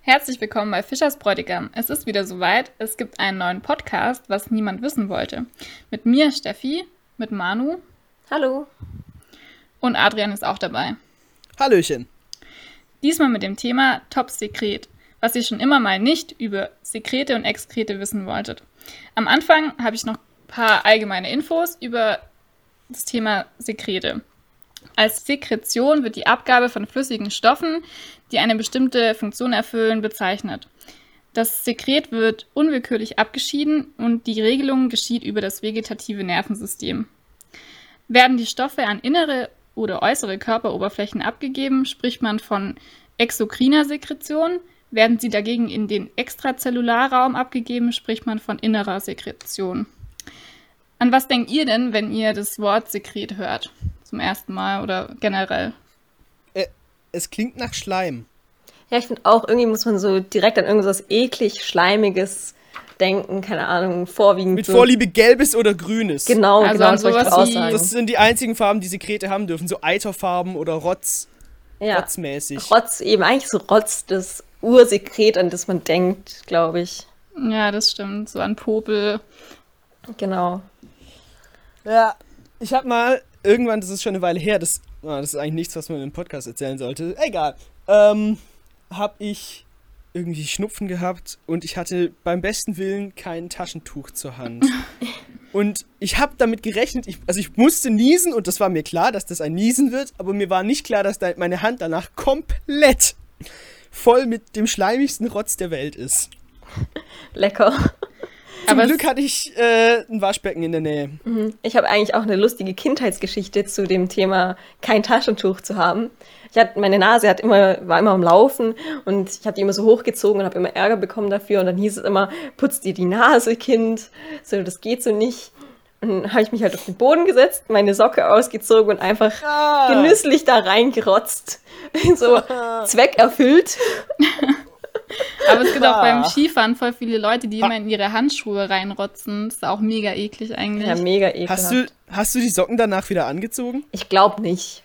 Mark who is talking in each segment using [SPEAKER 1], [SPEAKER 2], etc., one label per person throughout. [SPEAKER 1] Herzlich willkommen bei Fischers Bräutigam. Es ist wieder soweit. Es gibt einen neuen Podcast, was niemand wissen wollte. Mit mir, Steffi, mit Manu
[SPEAKER 2] Hallo.
[SPEAKER 1] und Adrian ist auch dabei.
[SPEAKER 3] Hallöchen.
[SPEAKER 1] Diesmal mit dem Thema Top Sekret, was ihr schon immer mal nicht über Sekrete und Exkrete wissen wolltet. Am Anfang habe ich noch ein paar allgemeine Infos über das Thema Sekrete. Als Sekretion wird die Abgabe von flüssigen Stoffen, die eine bestimmte Funktion erfüllen, bezeichnet. Das Sekret wird unwillkürlich abgeschieden und die Regelung geschieht über das vegetative Nervensystem. Werden die Stoffe an innere oder äußere Körperoberflächen abgegeben, spricht man von exokriner Sekretion. Werden sie dagegen in den Extrazellularraum abgegeben, spricht man von innerer Sekretion. An was denkt ihr denn, wenn ihr das Wort Sekret hört? Zum ersten Mal oder generell?
[SPEAKER 3] Äh, es klingt nach Schleim.
[SPEAKER 2] Ja, ich finde auch, irgendwie muss man so direkt an irgendwas eklig, schleimiges denken, keine Ahnung, vorwiegend.
[SPEAKER 3] Mit
[SPEAKER 2] so.
[SPEAKER 3] Vorliebe gelbes oder grünes.
[SPEAKER 2] Genau,
[SPEAKER 1] Also
[SPEAKER 2] genau,
[SPEAKER 1] an
[SPEAKER 2] das wollte ich
[SPEAKER 1] sowas
[SPEAKER 2] gerade auch
[SPEAKER 1] wie-
[SPEAKER 2] sagen.
[SPEAKER 3] Das sind die einzigen Farben, die Sekrete haben dürfen. So Eiterfarben oder Rotz,
[SPEAKER 2] ja.
[SPEAKER 3] Rotzmäßig.
[SPEAKER 2] Rotz, eben eigentlich so Rotz, das Ursekret, an das man denkt, glaube ich.
[SPEAKER 1] Ja, das stimmt. So an Popel.
[SPEAKER 2] Genau.
[SPEAKER 3] Ja. Ich habe mal irgendwann, das ist schon eine Weile her, das, ah, das ist eigentlich nichts, was man im Podcast erzählen sollte. Egal. Ähm, hab ich irgendwie Schnupfen gehabt und ich hatte beim besten Willen kein Taschentuch zur Hand. Und ich habe damit gerechnet, ich, also ich musste niesen und das war mir klar, dass das ein Niesen wird, aber mir war nicht klar, dass da meine Hand danach komplett voll mit dem schleimigsten Rotz der Welt ist.
[SPEAKER 2] Lecker.
[SPEAKER 3] Zum
[SPEAKER 1] Aber
[SPEAKER 3] Glück hatte ich äh, ein Waschbecken in der Nähe.
[SPEAKER 2] Ich habe eigentlich auch eine lustige Kindheitsgeschichte zu dem Thema, kein Taschentuch zu haben. Ich hatte, meine Nase hat immer, war immer am Laufen und ich habe die immer so hochgezogen und habe immer Ärger bekommen dafür. Und dann hieß es immer, putz dir die Nase, Kind. So, das geht so nicht. Und dann habe ich mich halt auf den Boden gesetzt, meine Socke ausgezogen und einfach
[SPEAKER 3] Ah.
[SPEAKER 2] genüsslich da reingerotzt. so Zweck erfüllt.
[SPEAKER 1] Aber es gibt auch beim
[SPEAKER 3] Ah.
[SPEAKER 1] Skifahren voll viele Leute, die immer in ihre Handschuhe reinrotzen. Das ist auch mega eklig eigentlich.
[SPEAKER 2] Ja, mega ekelhaft.
[SPEAKER 3] Hast du, hast du die Socken danach wieder angezogen?
[SPEAKER 2] Ich glaube nicht.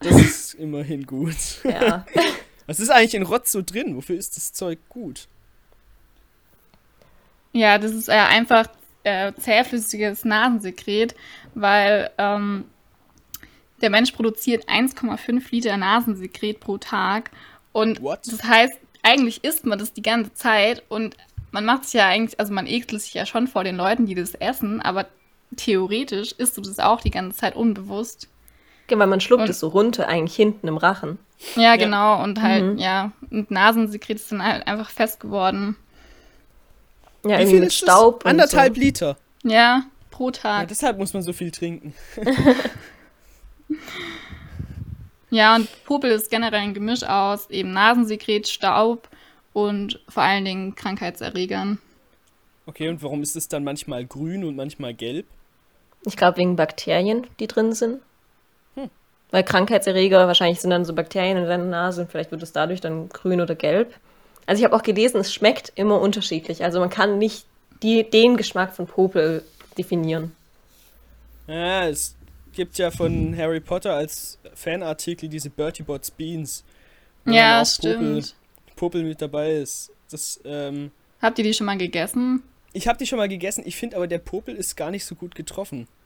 [SPEAKER 3] Das ist immerhin gut.
[SPEAKER 2] Ja.
[SPEAKER 3] Was ist eigentlich in Rotz so drin? Wofür ist das Zeug gut?
[SPEAKER 1] Ja, das ist äh, einfach äh, zähflüssiges Nasensekret, weil ähm, der Mensch produziert 1,5 Liter Nasensekret pro Tag. Und
[SPEAKER 3] What?
[SPEAKER 1] das heißt, eigentlich isst man das die ganze Zeit und man macht sich ja eigentlich, also man ekelt sich ja schon vor den Leuten, die das essen, aber theoretisch isst du das auch die ganze Zeit unbewusst.
[SPEAKER 2] Genau, Weil man schluckt
[SPEAKER 1] Und-
[SPEAKER 2] es so runter, eigentlich hinten im Rachen.
[SPEAKER 1] Ja, genau. Und halt,
[SPEAKER 2] Mhm.
[SPEAKER 1] ja, und Nasensekret ist dann halt einfach fest geworden.
[SPEAKER 2] Ja, irgendwie mit
[SPEAKER 3] das?
[SPEAKER 2] Staub. und
[SPEAKER 3] Anderthalb
[SPEAKER 2] so. Ah.
[SPEAKER 3] Liter.
[SPEAKER 1] Ja, pro
[SPEAKER 3] Ja,
[SPEAKER 1] Tag.
[SPEAKER 3] deshalb muss man so viel trinken.
[SPEAKER 1] Ja, und Popel ist generell ein Gemisch aus eben Nasensekret, Staub und vor allen Dingen Krankheitserregern.
[SPEAKER 3] Okay, und warum ist es dann manchmal grün und manchmal gelb?
[SPEAKER 2] Ich glaube, wegen Bakterien, die drin sind. Weil Krankheitserreger wahrscheinlich sind dann so Bakterien in deiner Nase und vielleicht wird es dadurch dann grün oder gelb. Also ich habe auch gelesen, es schmeckt immer unterschiedlich. Also man kann nicht die, den Geschmack von Popel definieren.
[SPEAKER 3] Ja, es gibt ja von Harry Potter als Fanartikel diese Bertie Bots Beans. wo
[SPEAKER 1] Ja,
[SPEAKER 3] dann auch
[SPEAKER 1] stimmt.
[SPEAKER 3] Popel, Popel mit dabei ist. Das, ähm,
[SPEAKER 1] Habt ihr die schon mal gegessen?
[SPEAKER 3] ich habe die schon mal gegessen, ich finde aber der Popel ist gar nicht so gut getroffen.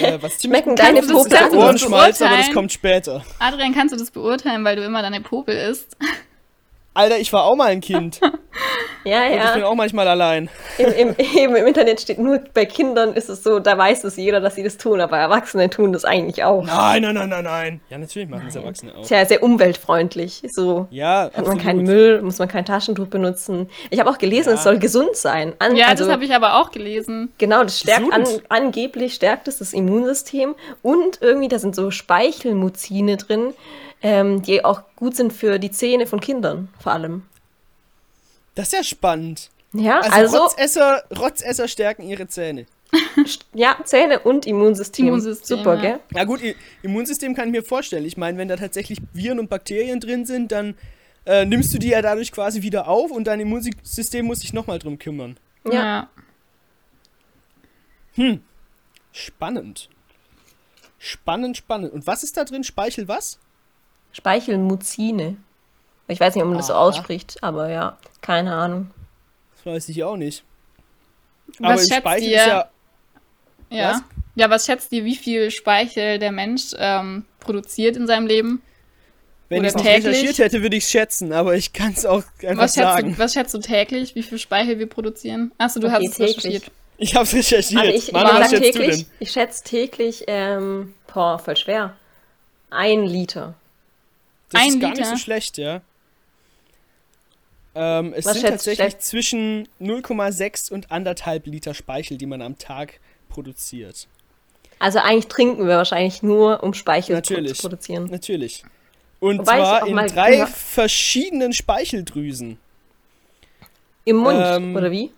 [SPEAKER 3] Äh, was ziemlich
[SPEAKER 2] Schmecken
[SPEAKER 3] gut
[SPEAKER 2] deine
[SPEAKER 3] ist, ist
[SPEAKER 2] Popel
[SPEAKER 3] der
[SPEAKER 2] anders?
[SPEAKER 3] Ohrenschmalz, aber das
[SPEAKER 1] Beurteilen?
[SPEAKER 3] kommt später.
[SPEAKER 1] Adrian, kannst du das beurteilen, weil du immer deine Popel isst?
[SPEAKER 3] Alter, ich war auch mal ein Kind.
[SPEAKER 2] Ja,
[SPEAKER 3] Und ich bin
[SPEAKER 2] ja.
[SPEAKER 3] auch manchmal allein.
[SPEAKER 2] Im, im, eben im Internet steht nur, bei Kindern ist es so, da weiß es jeder, dass sie das tun, aber Erwachsene tun das eigentlich auch.
[SPEAKER 3] Nein, nein, nein, nein, nein. Ja, natürlich machen das Erwachsene auch.
[SPEAKER 2] Ist ja sehr umweltfreundlich. So
[SPEAKER 3] Ja,
[SPEAKER 2] hat man
[SPEAKER 3] absolut.
[SPEAKER 2] keinen Müll, muss man kein Taschentuch benutzen. Ich habe auch gelesen,
[SPEAKER 3] Ja.
[SPEAKER 2] es soll gesund sein. An,
[SPEAKER 1] Ja,
[SPEAKER 2] also-
[SPEAKER 1] das habe ich aber auch gelesen.
[SPEAKER 2] Genau, das stärkt an,
[SPEAKER 3] Gesund.
[SPEAKER 2] angeblich stärkt es das Immunsystem und irgendwie da sind so Speichelmuzine drin, ähm, die auch gut sind für die Zähne von Kindern vor allem.
[SPEAKER 3] Das ist ja spannend.
[SPEAKER 2] Ja,
[SPEAKER 3] Also,
[SPEAKER 2] also,
[SPEAKER 3] Rotzesser, Rotzesser stärken ihre Zähne.
[SPEAKER 2] ja, Zähne und Immunsystem.
[SPEAKER 1] Immunsystem,
[SPEAKER 2] Super,
[SPEAKER 1] ja.
[SPEAKER 2] gell?
[SPEAKER 3] Na gut, ihr Immunsystem kann ich mir vorstellen. Ich meine, wenn da tatsächlich Viren und Bakterien drin sind, dann äh, nimmst du die ja dadurch quasi wieder auf und dein Immunsystem muss sich nochmal drum kümmern.
[SPEAKER 2] Ja.
[SPEAKER 3] Spannend. Spannend, spannend. Und was ist da drin? Speichel was?
[SPEAKER 2] Speichelmuzine. Ich weiß nicht, ob man das so
[SPEAKER 3] Aha.
[SPEAKER 2] ausspricht, aber ja, keine Ahnung.
[SPEAKER 3] Das weiß ich auch nicht.
[SPEAKER 1] Was
[SPEAKER 3] Aber im
[SPEAKER 1] schätzt
[SPEAKER 3] Speichel
[SPEAKER 1] ihr?
[SPEAKER 3] ist ja.
[SPEAKER 1] Ja.
[SPEAKER 3] Was?
[SPEAKER 1] Ja, was schätzt ihr, wie viel Speichel der Mensch ähm, produziert in seinem Leben?
[SPEAKER 3] Wenn
[SPEAKER 1] Oder
[SPEAKER 3] ich es nicht
[SPEAKER 1] täglich?
[SPEAKER 3] recherchiert hätte, würde ich es schätzen, aber ich kann es auch einfach
[SPEAKER 1] Was schätzt,
[SPEAKER 3] sagen.
[SPEAKER 1] du, was schätzt du täglich, wie viel Speichel wir produzieren? Achso, du
[SPEAKER 2] Okay,
[SPEAKER 1] hast es
[SPEAKER 2] täglich.
[SPEAKER 1] recherchiert.
[SPEAKER 3] Ich habe es recherchiert.
[SPEAKER 2] Also ich, ich,
[SPEAKER 3] Manu, was
[SPEAKER 2] sag
[SPEAKER 3] schätzt du
[SPEAKER 2] täglich,
[SPEAKER 3] denn?
[SPEAKER 2] ich schätze täglich, ähm, boah, voll schwer. Ein Liter.
[SPEAKER 3] Das ist
[SPEAKER 1] Ein
[SPEAKER 3] gar nicht
[SPEAKER 1] Liter.
[SPEAKER 3] so schlecht, ja. Ähm, es
[SPEAKER 2] Was
[SPEAKER 3] sind
[SPEAKER 2] schätzt-
[SPEAKER 3] tatsächlich
[SPEAKER 2] schätzt-
[SPEAKER 3] zwischen 0,6 und 1,5 Liter Speichel, die man am Tag produziert.
[SPEAKER 2] Also eigentlich trinken wir wahrscheinlich nur, um Speichel
[SPEAKER 3] Natürlich.
[SPEAKER 2] zu produzieren.
[SPEAKER 3] Natürlich. Und
[SPEAKER 2] Wobei ich
[SPEAKER 3] zwar
[SPEAKER 2] auch
[SPEAKER 3] in
[SPEAKER 2] mal
[SPEAKER 3] drei
[SPEAKER 2] gehört-
[SPEAKER 3] verschiedenen Speicheldrüsen.
[SPEAKER 2] Im Mund,
[SPEAKER 3] Ähm,
[SPEAKER 2] oder wie?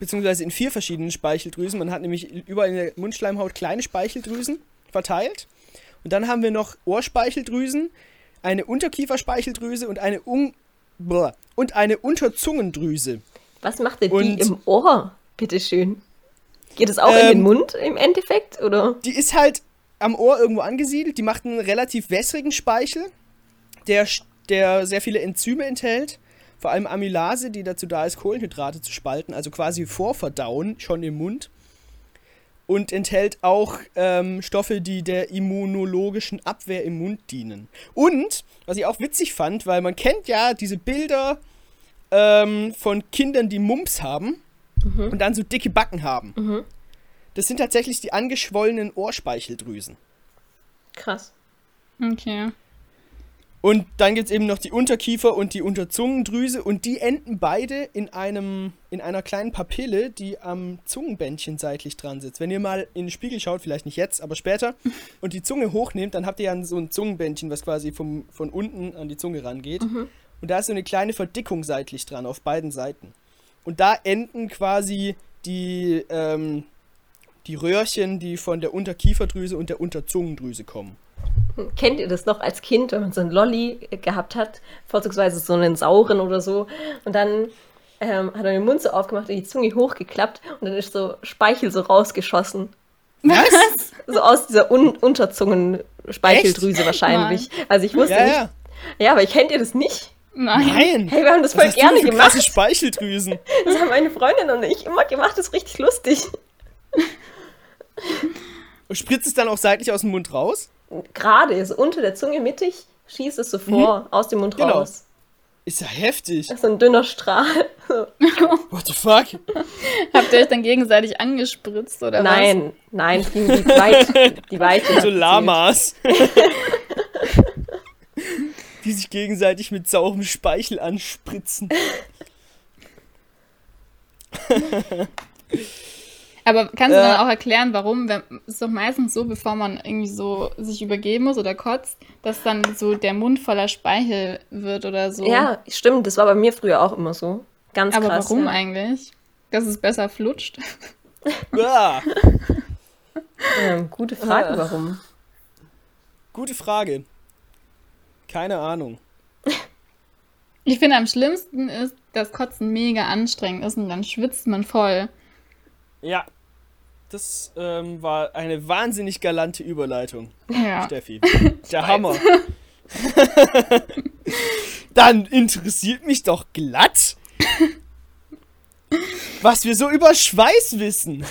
[SPEAKER 3] beziehungsweise in vier verschiedenen Speicheldrüsen. Man hat nämlich überall in der Mundschleimhaut kleine Speicheldrüsen verteilt. Und dann haben wir noch Ohrspeicheldrüsen, eine Unterkieferspeicheldrüse und eine, Un Boah. und eine Unterzungendrüse.
[SPEAKER 2] Was macht denn
[SPEAKER 3] und-
[SPEAKER 2] die im Ohr, bitteschön? Geht es auch in
[SPEAKER 3] Ähm,
[SPEAKER 2] den Mund im Endeffekt, oder?
[SPEAKER 3] Die ist halt am Ohr irgendwo angesiedelt. Die macht einen relativ wässrigen Speichel, der, sch- der sehr viele Enzyme enthält. Vor allem Amylase, die dazu da ist, Kohlenhydrate zu spalten, also quasi vorverdauen, schon im Mund. Und enthält auch ähm, Stoffe, die der immunologischen Abwehr im Mund dienen. Und, was ich auch witzig fand, weil man kennt ja diese Bilder ähm, von Kindern, die Mumps haben und dann so dicke Backen haben. Das sind tatsächlich die angeschwollenen Ohrspeicheldrüsen.
[SPEAKER 2] Krass.
[SPEAKER 1] Okay.
[SPEAKER 3] Und dann gibt es eben noch die Unterkiefer und die Unterzungendrüse und die enden beide in einem in einer kleinen Papille, die am Zungenbändchen seitlich dran sitzt. Wenn ihr mal in den Spiegel schaut, vielleicht nicht jetzt, aber später, und die Zunge hochnehmt, dann habt ihr ja so ein Zungenbändchen, was quasi vom, von unten an die Zunge rangeht. Und da ist so eine kleine Verdickung seitlich dran auf beiden Seiten. Und da enden quasi die ähm, die Röhrchen, die von der Unterkieferdrüse und der Unterzungendrüse kommen.
[SPEAKER 2] Kennt ihr das noch als Kind, wenn man so einen Lolli äh, gehabt hat, vorzugsweise so einen sauren oder so, und dann ähm, hat man den Mund so aufgemacht und die Zunge hochgeklappt und dann ist so Speichel so rausgeschossen.
[SPEAKER 3] Was?
[SPEAKER 2] So aus dieser Un Unterzungenspeicheldrüse wahrscheinlich. Also ich wusste
[SPEAKER 3] Ja,
[SPEAKER 2] nicht.
[SPEAKER 3] ja.
[SPEAKER 2] Ja, aber kennt ihr das nicht?
[SPEAKER 1] Nein.
[SPEAKER 3] Nein.
[SPEAKER 2] Hey, wir haben das voll
[SPEAKER 3] hast du
[SPEAKER 2] gerne
[SPEAKER 3] denn für
[SPEAKER 2] gemacht.
[SPEAKER 3] Krasse Speicheldrüsen.
[SPEAKER 2] Das haben meine Freundin und ich immer gemacht, das ist richtig lustig.
[SPEAKER 3] Und spritzt es dann auch seitlich aus dem Mund raus?
[SPEAKER 2] Gerade, so unter der Zunge mittig, schießt es so vor, aus dem Mund
[SPEAKER 3] Mhm. Genau.
[SPEAKER 2] raus.
[SPEAKER 3] Ist ja heftig.
[SPEAKER 2] Das ist so ein dünner Strahl.
[SPEAKER 3] What the fuck?
[SPEAKER 1] Habt ihr euch dann gegenseitig angespritzt oder was?
[SPEAKER 2] Nein, nein, es ging die Weite. Die Weite
[SPEAKER 3] So Lamas. Die sich gegenseitig mit saurem Speichel anspritzen.
[SPEAKER 1] Aber kannst du
[SPEAKER 3] Äh.
[SPEAKER 1] dann auch erklären, warum? Wenn, es ist doch meistens so, bevor man irgendwie so sich übergeben muss oder kotzt, dass dann so der Mund voller Speichel wird oder so.
[SPEAKER 2] Ja, stimmt, das war bei mir früher auch immer so. Ganz
[SPEAKER 1] Aber
[SPEAKER 2] krass.
[SPEAKER 1] warum
[SPEAKER 2] ja.
[SPEAKER 1] eigentlich? Dass es besser flutscht?
[SPEAKER 3] Ah,
[SPEAKER 2] Ähm, gute Frage,
[SPEAKER 3] Ah.
[SPEAKER 2] warum?
[SPEAKER 3] gute Frage. Keine Ahnung.
[SPEAKER 1] Ich finde, am schlimmsten ist, dass Kotzen mega anstrengend ist und dann schwitzt man voll.
[SPEAKER 3] Ja. Das ähm, war eine wahnsinnig galante Überleitung,
[SPEAKER 2] Ah.
[SPEAKER 1] Ja.
[SPEAKER 3] Steffi. Der Hammer. Dann interessiert mich doch glatt, was wir so über Schweiß wissen.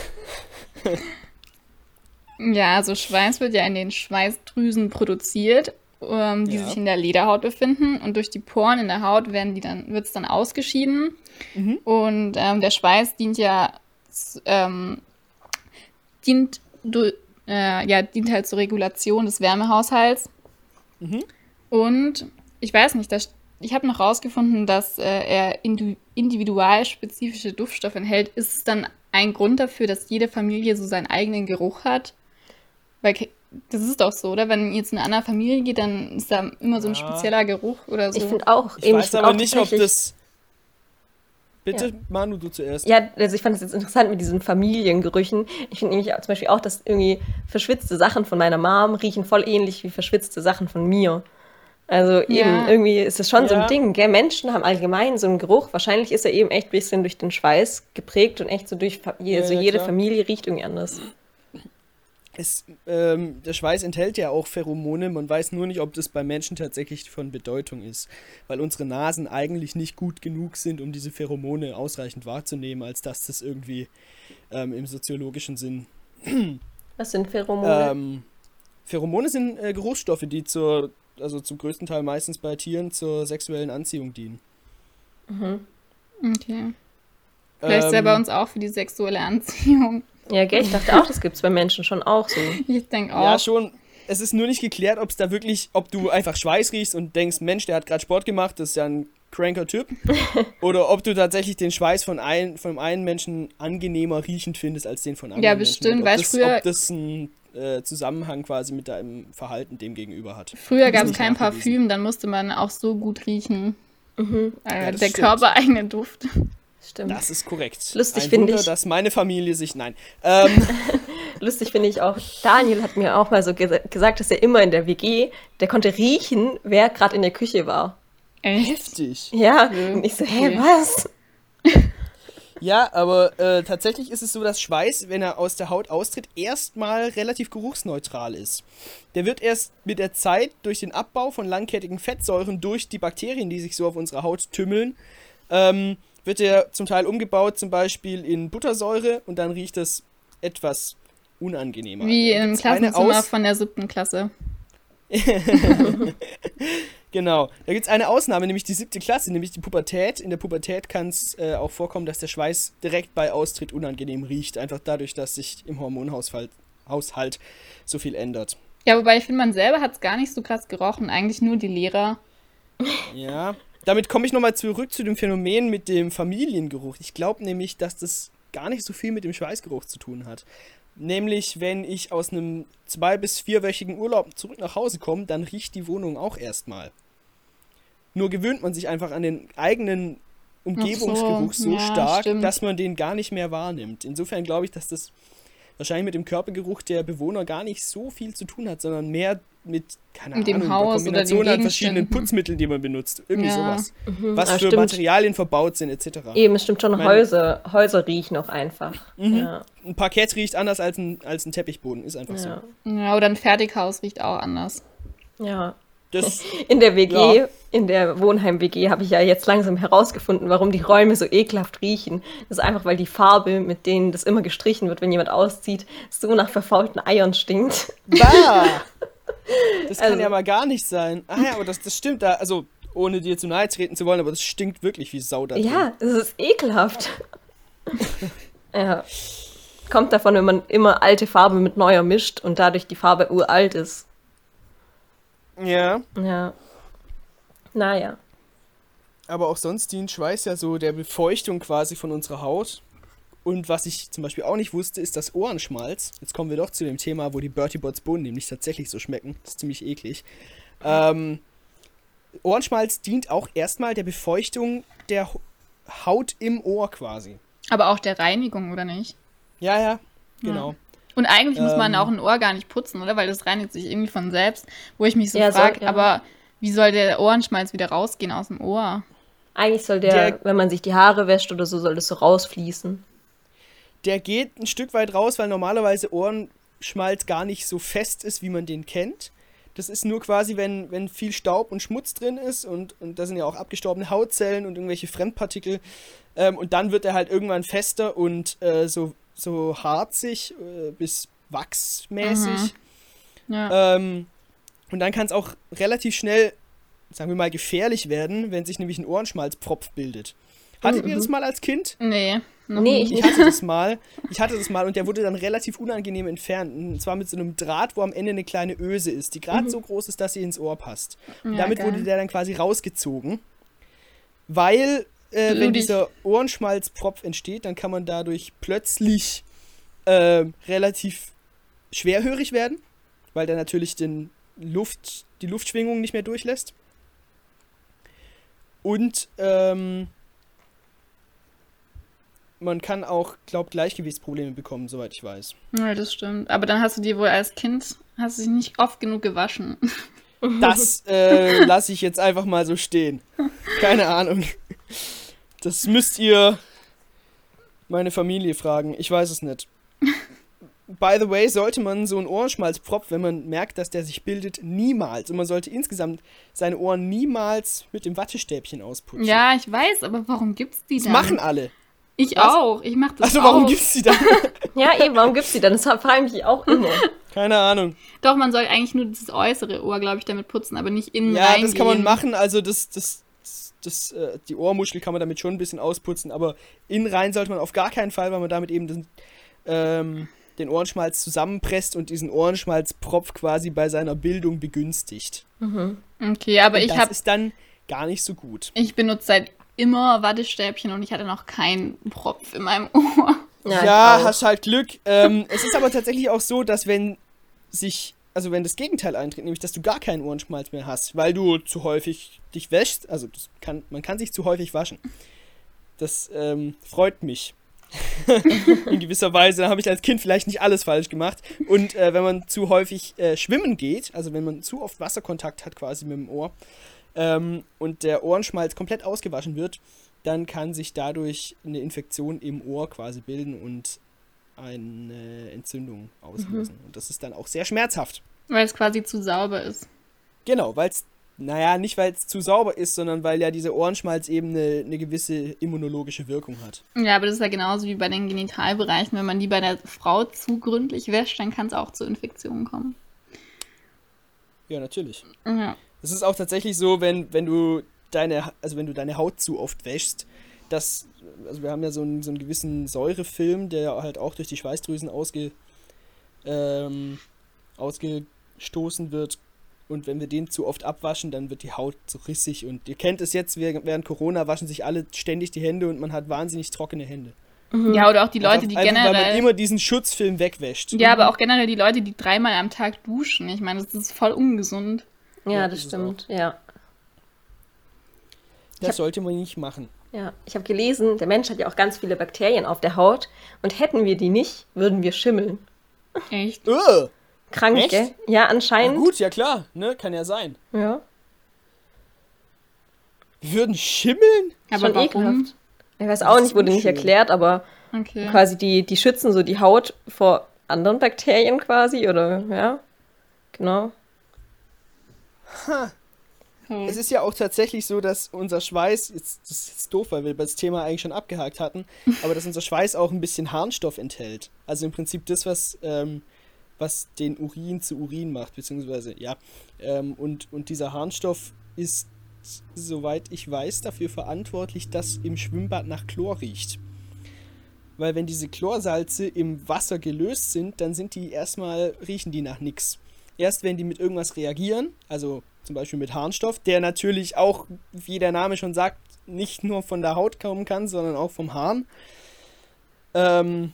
[SPEAKER 1] Ja, also Schweiß wird ja in den Schweißdrüsen produziert, ähm, die
[SPEAKER 3] Ja.
[SPEAKER 1] sich in der Lederhaut befinden. Und durch die Poren in der Haut werden die dann, wird es dann ausgeschieden. Und ähm, der Schweiß dient ja, z- ähm, dient, du, äh, ja, dient halt zur Regulation des Wärmehaushalts. Und ich weiß nicht, das, ich habe noch rausgefunden, dass äh, er indu individual spezifische Duftstoffe enthält. Ist es dann ein Grund dafür, dass jede Familie so seinen eigenen Geruch hat? Weil ke- das ist doch so, oder? Wenn ihr zu einer anderen Familie geht, dann ist da immer so ein
[SPEAKER 3] Ja.
[SPEAKER 1] spezieller Geruch oder so.
[SPEAKER 2] Ich finde auch.
[SPEAKER 3] Also, Ich
[SPEAKER 2] eben,
[SPEAKER 3] weiß
[SPEAKER 2] find
[SPEAKER 3] aber
[SPEAKER 2] auch
[SPEAKER 3] nicht, ob
[SPEAKER 2] tatsächlich-
[SPEAKER 3] das. Bitte, Manu, du zuerst.
[SPEAKER 2] Ja, also ich fand es jetzt interessant mit diesen Familiengerüchen. Ich finde nämlich auch- zum Beispiel auch, dass irgendwie verschwitzte Sachen von meiner Mom riechen voll ähnlich wie verschwitzte Sachen von mir. Also eben,
[SPEAKER 1] Ja.
[SPEAKER 2] irgendwie ist es schon so
[SPEAKER 3] Ja.
[SPEAKER 2] ein Ding, gell? Menschen haben allgemein so einen Geruch. Wahrscheinlich ist er eben echt ein bisschen durch den Schweiß geprägt und echt so durch, Fa- je,
[SPEAKER 3] Ja,
[SPEAKER 2] so
[SPEAKER 3] ja,
[SPEAKER 2] jede
[SPEAKER 3] klar.
[SPEAKER 2] Familie riecht irgendwie anders.
[SPEAKER 3] es, ähm, der Schweiß enthält ja auch Pheromone, man weiß nur nicht, ob das bei Menschen tatsächlich von Bedeutung ist, weil unsere Nasen eigentlich nicht gut genug sind, um diese Pheromone ausreichend wahrzunehmen, als dass das irgendwie ähm, im soziologischen Sinn.
[SPEAKER 2] Was sind Pheromone?
[SPEAKER 3] Ähm, Pheromone sind äh, Geruchsstoffe, die zur, also zum größten Teil meistens bei Tieren zur sexuellen Anziehung dienen.
[SPEAKER 2] Mhm.
[SPEAKER 1] Okay. Vielleicht ist er
[SPEAKER 3] Ähm,
[SPEAKER 1] bei uns auch für die sexuelle Anziehung.
[SPEAKER 2] Ja, gell, ich dachte auch, das gibt es bei Menschen schon auch so.
[SPEAKER 1] Ich denke auch.
[SPEAKER 3] Ja, schon. Es ist nur nicht geklärt, ob es da wirklich, ob du einfach Schweiß riechst und denkst, Mensch, der hat gerade Sport gemacht, das ist ja ein cranker Typ. Oder ob du tatsächlich den Schweiß von ein, von einem Menschen angenehmer riechend findest als den von anderen.
[SPEAKER 1] Ja,
[SPEAKER 3] Menschen.
[SPEAKER 1] bestimmt,
[SPEAKER 3] Und ob
[SPEAKER 1] weil
[SPEAKER 3] das,
[SPEAKER 1] früher-
[SPEAKER 3] Ob das einen äh, Zusammenhang quasi mit deinem Verhalten dem gegenüber hat.
[SPEAKER 1] Früher
[SPEAKER 3] Das ist
[SPEAKER 1] gab es
[SPEAKER 3] nicht
[SPEAKER 1] kein
[SPEAKER 3] nachgewiesen.
[SPEAKER 1] Parfüm, dann musste man auch so gut riechen.
[SPEAKER 2] Mhm,
[SPEAKER 1] Äh,
[SPEAKER 3] Ja, das
[SPEAKER 1] der
[SPEAKER 3] stimmt.
[SPEAKER 1] körpereigene Duft.
[SPEAKER 2] stimmt.
[SPEAKER 3] Das ist korrekt.
[SPEAKER 2] Lustig
[SPEAKER 3] Ein
[SPEAKER 2] finde
[SPEAKER 3] Wunder,
[SPEAKER 2] ich.
[SPEAKER 3] dass meine Familie sich. Nein. Ähm,
[SPEAKER 2] Lustig finde ich auch, Daniel hat mir auch mal so gesa gesagt, dass er immer in der WG, der konnte riechen, wer gerade in der Küche war.
[SPEAKER 1] Echt?
[SPEAKER 3] heftig.
[SPEAKER 2] Ja,
[SPEAKER 1] Ja,
[SPEAKER 2] und ich so,
[SPEAKER 1] okay.
[SPEAKER 2] hä, was?
[SPEAKER 3] Ja, aber äh, tatsächlich ist es so, dass Schweiß, wenn er aus der Haut austritt, erstmal relativ geruchsneutral ist. Der wird erst mit der Zeit durch den Abbau von langkettigen Fettsäuren durch die Bakterien, die sich so auf unserer Haut tümmeln, ähm, wird er zum Teil umgebaut, zum Beispiel in Buttersäure und dann riecht es etwas unangenehmer.
[SPEAKER 1] Wie
[SPEAKER 3] Dann
[SPEAKER 1] im
[SPEAKER 3] äh, gibt's eine
[SPEAKER 1] Klassenzimmer
[SPEAKER 3] Aus-
[SPEAKER 1] von der siebten Klasse.
[SPEAKER 3] Genau. Da gibt es eine Ausnahme, nämlich die siebte Klasse, nämlich die Pubertät. In der Pubertät kann es äh, auch vorkommen, dass der Schweiß direkt bei Austritt unangenehm riecht. Einfach dadurch, dass sich im Hormonhaushalt Haushalt so viel ändert.
[SPEAKER 1] Ja, wobei ich finde, man selber hat es gar nicht so krass gerochen. Eigentlich nur die Lehrer.
[SPEAKER 3] Ja. Damit komme ich nochmal zurück zu dem Phänomen mit dem Familiengeruch. Ich glaube nämlich, dass das gar nicht so viel mit dem Schweißgeruch zu tun hat. Nämlich, wenn ich aus einem zwei- bis vierwöchigen Urlaub zurück nach Hause komme, dann riecht die Wohnung auch erstmal. Nur gewöhnt man sich einfach an den eigenen Umgebungsgeruch so,
[SPEAKER 1] ja,
[SPEAKER 3] stark,
[SPEAKER 1] stimmt.
[SPEAKER 3] dass man den gar nicht mehr wahrnimmt. Insofern glaube ich, dass das wahrscheinlich mit dem Körpergeruch der Bewohner gar nicht so viel zu tun hat, sondern mehr mit, keine
[SPEAKER 1] Mit dem
[SPEAKER 3] Ahnung,
[SPEAKER 1] Haus
[SPEAKER 3] der
[SPEAKER 1] oder den
[SPEAKER 3] Kombination an verschiedenen
[SPEAKER 1] Gegenständen.
[SPEAKER 3] Putzmitteln, die man benutzt. Irgendwie
[SPEAKER 1] Ja.
[SPEAKER 3] sowas.
[SPEAKER 2] Mhm,
[SPEAKER 3] Was
[SPEAKER 2] ah,
[SPEAKER 3] für Materialien verbaut sind, etc.
[SPEAKER 2] Eben, es stimmt schon,
[SPEAKER 3] Meine- Mhm.
[SPEAKER 2] Häuser, Häuser riechen auch einfach. Ja,
[SPEAKER 3] Ein Parkett riecht anders als ein, als ein Teppichboden, ist einfach
[SPEAKER 2] ja.
[SPEAKER 3] so.
[SPEAKER 1] Ja, oder ein Fertighaus riecht auch anders.
[SPEAKER 2] ja.
[SPEAKER 3] Das,
[SPEAKER 2] In der WG,
[SPEAKER 3] Ja.
[SPEAKER 2] in der Wohnheim-WG habe ich ja jetzt langsam herausgefunden, warum die Räume so ekelhaft riechen. Das ist einfach, weil die Farbe, mit denen das immer gestrichen wird, wenn jemand auszieht, so nach verfaulten Eiern stinkt.
[SPEAKER 3] bah! das kann
[SPEAKER 2] Also-
[SPEAKER 3] ja mal gar nicht sein. Ah ja, aber das, das stimmt da. Also, ohne dir zu nahe treten zu wollen, aber das stinkt wirklich wie Sau da drin.
[SPEAKER 2] Ja, das ist ekelhaft. ja. Kommt davon, wenn man immer alte Farbe mit neuer mischt und dadurch die Farbe uralt ist.
[SPEAKER 3] ja.
[SPEAKER 2] Ja. Naja.
[SPEAKER 3] Aber auch sonst dient Schweiß ja so der Befeuchtung quasi von unserer Haut. Und was ich zum Beispiel auch nicht wusste, ist das Ohrenschmalz. Jetzt kommen wir doch zu dem Thema, wo die Bertie Bots Bohnen nämlich tatsächlich so schmecken. Das ist ziemlich eklig. Ähm, Ohrenschmalz dient auch erstmal der Befeuchtung der Ho- Haut im Ohr quasi.
[SPEAKER 1] Aber auch der Reinigung, oder nicht?
[SPEAKER 3] Ja, ja, genau.
[SPEAKER 1] Und eigentlich muss man
[SPEAKER 3] Ähm.
[SPEAKER 1] auch ein Ohr gar nicht putzen, oder? Weil das reinigt sich irgendwie von selbst. Wo ich mich so
[SPEAKER 2] Ja,
[SPEAKER 1] frag,
[SPEAKER 2] so,
[SPEAKER 1] frage,
[SPEAKER 2] ja.
[SPEAKER 1] aber wie soll der Ohrenschmalz wieder rausgehen aus dem Ohr?
[SPEAKER 2] Eigentlich soll der,
[SPEAKER 3] Der-
[SPEAKER 2] wenn man sich die Haare wäscht oder so, soll das so rausfließen.
[SPEAKER 3] Der geht ein Stück weit raus, weil normalerweise Ohrenschmalz gar nicht so fest ist, wie man den kennt. Das ist nur quasi, wenn, wenn viel Staub und Schmutz drin ist und, und da sind ja auch abgestorbene Hautzellen und irgendwelche Fremdpartikel. Ähm, und dann wird er halt irgendwann fester und äh, so, so harzig äh, bis wachsmäßig.
[SPEAKER 1] Mhm. Ja.
[SPEAKER 3] Ähm, und dann kann es auch relativ schnell, sagen wir mal, gefährlich werden, wenn sich nämlich ein Ohrenschmalzpropf bildet. Hattet ihr das mal als Kind?
[SPEAKER 1] nee. Noch
[SPEAKER 2] Nee,
[SPEAKER 1] nie.
[SPEAKER 3] Ich hatte das mal. Ich hatte das mal und der wurde dann relativ unangenehm entfernt. Und zwar mit so einem Draht, wo am Ende eine kleine Öse ist, die gerade so groß ist, dass sie ins Ohr passt. Und
[SPEAKER 1] Ja,
[SPEAKER 3] damit
[SPEAKER 1] geil.
[SPEAKER 3] wurde der dann quasi rausgezogen. Weil, äh, wenn
[SPEAKER 1] Blutig.
[SPEAKER 3] dieser Ohrenschmalzpropf entsteht, dann kann man dadurch plötzlich äh, relativ schwerhörig werden, weil der natürlich den Luft, die Luftschwingung nicht mehr durchlässt. Und ähm, man kann auch, glaub, Gleichgewichtsprobleme bekommen, soweit ich weiß.
[SPEAKER 1] Ja, das stimmt. Aber dann hast du dir wohl als Kind, hast du dich nicht oft genug gewaschen.
[SPEAKER 3] Das äh, lasse ich jetzt einfach mal so stehen. Keine Ahnung. Das müsst ihr meine Familie fragen. Ich weiß es nicht. by the way, sollte man so einen Ohrenschmalzpropf, wenn man merkt, dass der sich bildet, niemals. Und man sollte insgesamt seine Ohren niemals mit dem Wattestäbchen ausputzen.
[SPEAKER 1] Ja, ich weiß, aber warum gibt's die
[SPEAKER 3] Das
[SPEAKER 1] dann?
[SPEAKER 3] machen alle.
[SPEAKER 1] ich
[SPEAKER 3] Was?
[SPEAKER 1] auch. Ich mach das
[SPEAKER 3] Also
[SPEAKER 1] auch.
[SPEAKER 3] warum gibt's die dann?
[SPEAKER 2] Ja, eben, warum gibt's die dann? Das frage ich mich auch immer.
[SPEAKER 3] Keine Ahnung.
[SPEAKER 1] Doch, man soll eigentlich nur dieses äußere Ohr, glaube ich, damit putzen, aber nicht innen
[SPEAKER 3] Ja, das
[SPEAKER 1] reingehen.
[SPEAKER 3] kann man machen. Also das, das, das, das, äh, die Ohrmuschel kann man damit schon ein bisschen ausputzen, aber innen rein sollte man auf gar keinen Fall, weil man damit eben den, ähm, den Ohrenschmalz zusammenpresst und diesen Ohrenschmalzpropf quasi bei seiner Bildung begünstigt.
[SPEAKER 1] Okay, aber
[SPEAKER 3] Und
[SPEAKER 1] ich
[SPEAKER 3] das
[SPEAKER 1] hab,
[SPEAKER 3] ist dann gar nicht so gut.
[SPEAKER 1] ich benutze seit immer Wattestäbchen und ich hatte noch keinen Propf in meinem Ohr.
[SPEAKER 2] ich
[SPEAKER 3] Ja,
[SPEAKER 2] auch.
[SPEAKER 3] hast halt Glück. Ähm, es ist aber tatsächlich auch so, dass wenn sich, also wenn das Gegenteil eintritt, nämlich dass du gar keinen Ohrenschmalz mehr hast, weil du zu häufig dich wäschst, also das kann, man kann sich zu häufig waschen. Das ähm, freut mich. In gewisser Weise habe ich als Kind vielleicht nicht alles falsch gemacht. Und äh, wenn man zu häufig äh, schwimmen geht, also wenn man zu oft Wasserkontakt hat quasi mit dem Ohr ähm, und der Ohrenschmalz komplett ausgewaschen wird, dann kann sich dadurch eine Infektion im Ohr quasi bilden und eine Entzündung auslösen. Und das ist dann auch sehr schmerzhaft.
[SPEAKER 1] Weil es quasi zu sauber ist.
[SPEAKER 3] Genau, weil es, naja, nicht weil es zu sauber ist, sondern weil ja dieser Ohrenschmalz eben eine, eine gewisse immunologische Wirkung hat.
[SPEAKER 1] Ja, aber das ist ja genauso wie bei den Genitalbereichen. Wenn man die bei der Frau zu gründlich wäscht, dann kann es auch zu Infektionen kommen.
[SPEAKER 3] Ja, natürlich.
[SPEAKER 1] Ja.
[SPEAKER 3] Es ist auch tatsächlich so, wenn, wenn du deine, also wenn du deine Haut zu oft wäschst, dass, also wir haben ja so einen, so einen gewissen Säurefilm, der halt auch durch die Schweißdrüsen ausge, ähm, ausgestoßen wird. Und wenn wir den zu oft abwaschen, dann wird die Haut so rissig. Und ihr kennt es jetzt, während während Corona waschen sich alle ständig die Hände und man hat wahnsinnig trockene Hände.
[SPEAKER 1] ja, oder auch die Leute,
[SPEAKER 3] Einfach-
[SPEAKER 1] die
[SPEAKER 3] einfach, Weil man
[SPEAKER 1] generell.
[SPEAKER 3] immer diesen Schutzfilm wegwäscht.
[SPEAKER 1] Ja, aber auch generell die Leute, die dreimal am Tag duschen. Ich meine, das ist voll ungesund.
[SPEAKER 2] Ja,
[SPEAKER 3] Ja,
[SPEAKER 2] das
[SPEAKER 3] ist es
[SPEAKER 2] stimmt. Ja.
[SPEAKER 3] Das sollte man nicht machen.
[SPEAKER 2] Ja, ich habe gelesen, der Mensch hat ja auch ganz viele Bakterien auf der Haut und hätten wir die nicht, würden wir schimmeln.
[SPEAKER 1] Echt?
[SPEAKER 3] Äh,
[SPEAKER 2] Krank,
[SPEAKER 3] Echt?
[SPEAKER 2] gell? Ja,
[SPEAKER 3] na
[SPEAKER 2] anscheinend.
[SPEAKER 3] Äh, gut, ja klar, ne? Kann ja sein.
[SPEAKER 2] Ja,
[SPEAKER 3] Wir würden schimmeln?
[SPEAKER 1] Aber
[SPEAKER 2] schon
[SPEAKER 1] warum?
[SPEAKER 2] ekelhaft. Ich weiß auch
[SPEAKER 3] ist
[SPEAKER 2] nicht, wurde nicht
[SPEAKER 3] unschön.
[SPEAKER 2] erklärt, aber
[SPEAKER 1] Okay.
[SPEAKER 2] quasi die, die schützen so die Haut vor anderen Bakterien quasi oder ja. Genau.
[SPEAKER 1] Hm.
[SPEAKER 3] Es ist ja auch tatsächlich so, dass unser Schweiß, jetzt, das ist jetzt doof, weil wir das Thema eigentlich schon abgehakt hatten, aber dass unser Schweiß auch ein bisschen Harnstoff enthält. Also im Prinzip das, was, ähm, was den Urin zu Urin macht, beziehungsweise, ja. Ähm, und, und dieser Harnstoff ist, soweit ich weiß, dafür verantwortlich, dass im Schwimmbad nach Chlor riecht. Weil wenn diese Chlorsalze im Wasser gelöst sind, dann sind die erstmal, riechen die nach nichts. Erst wenn die mit irgendwas reagieren, also zum Beispiel mit Harnstoff, der natürlich auch, wie der Name schon sagt, nicht nur von der Haut kommen kann, sondern auch vom Harn. Ähm,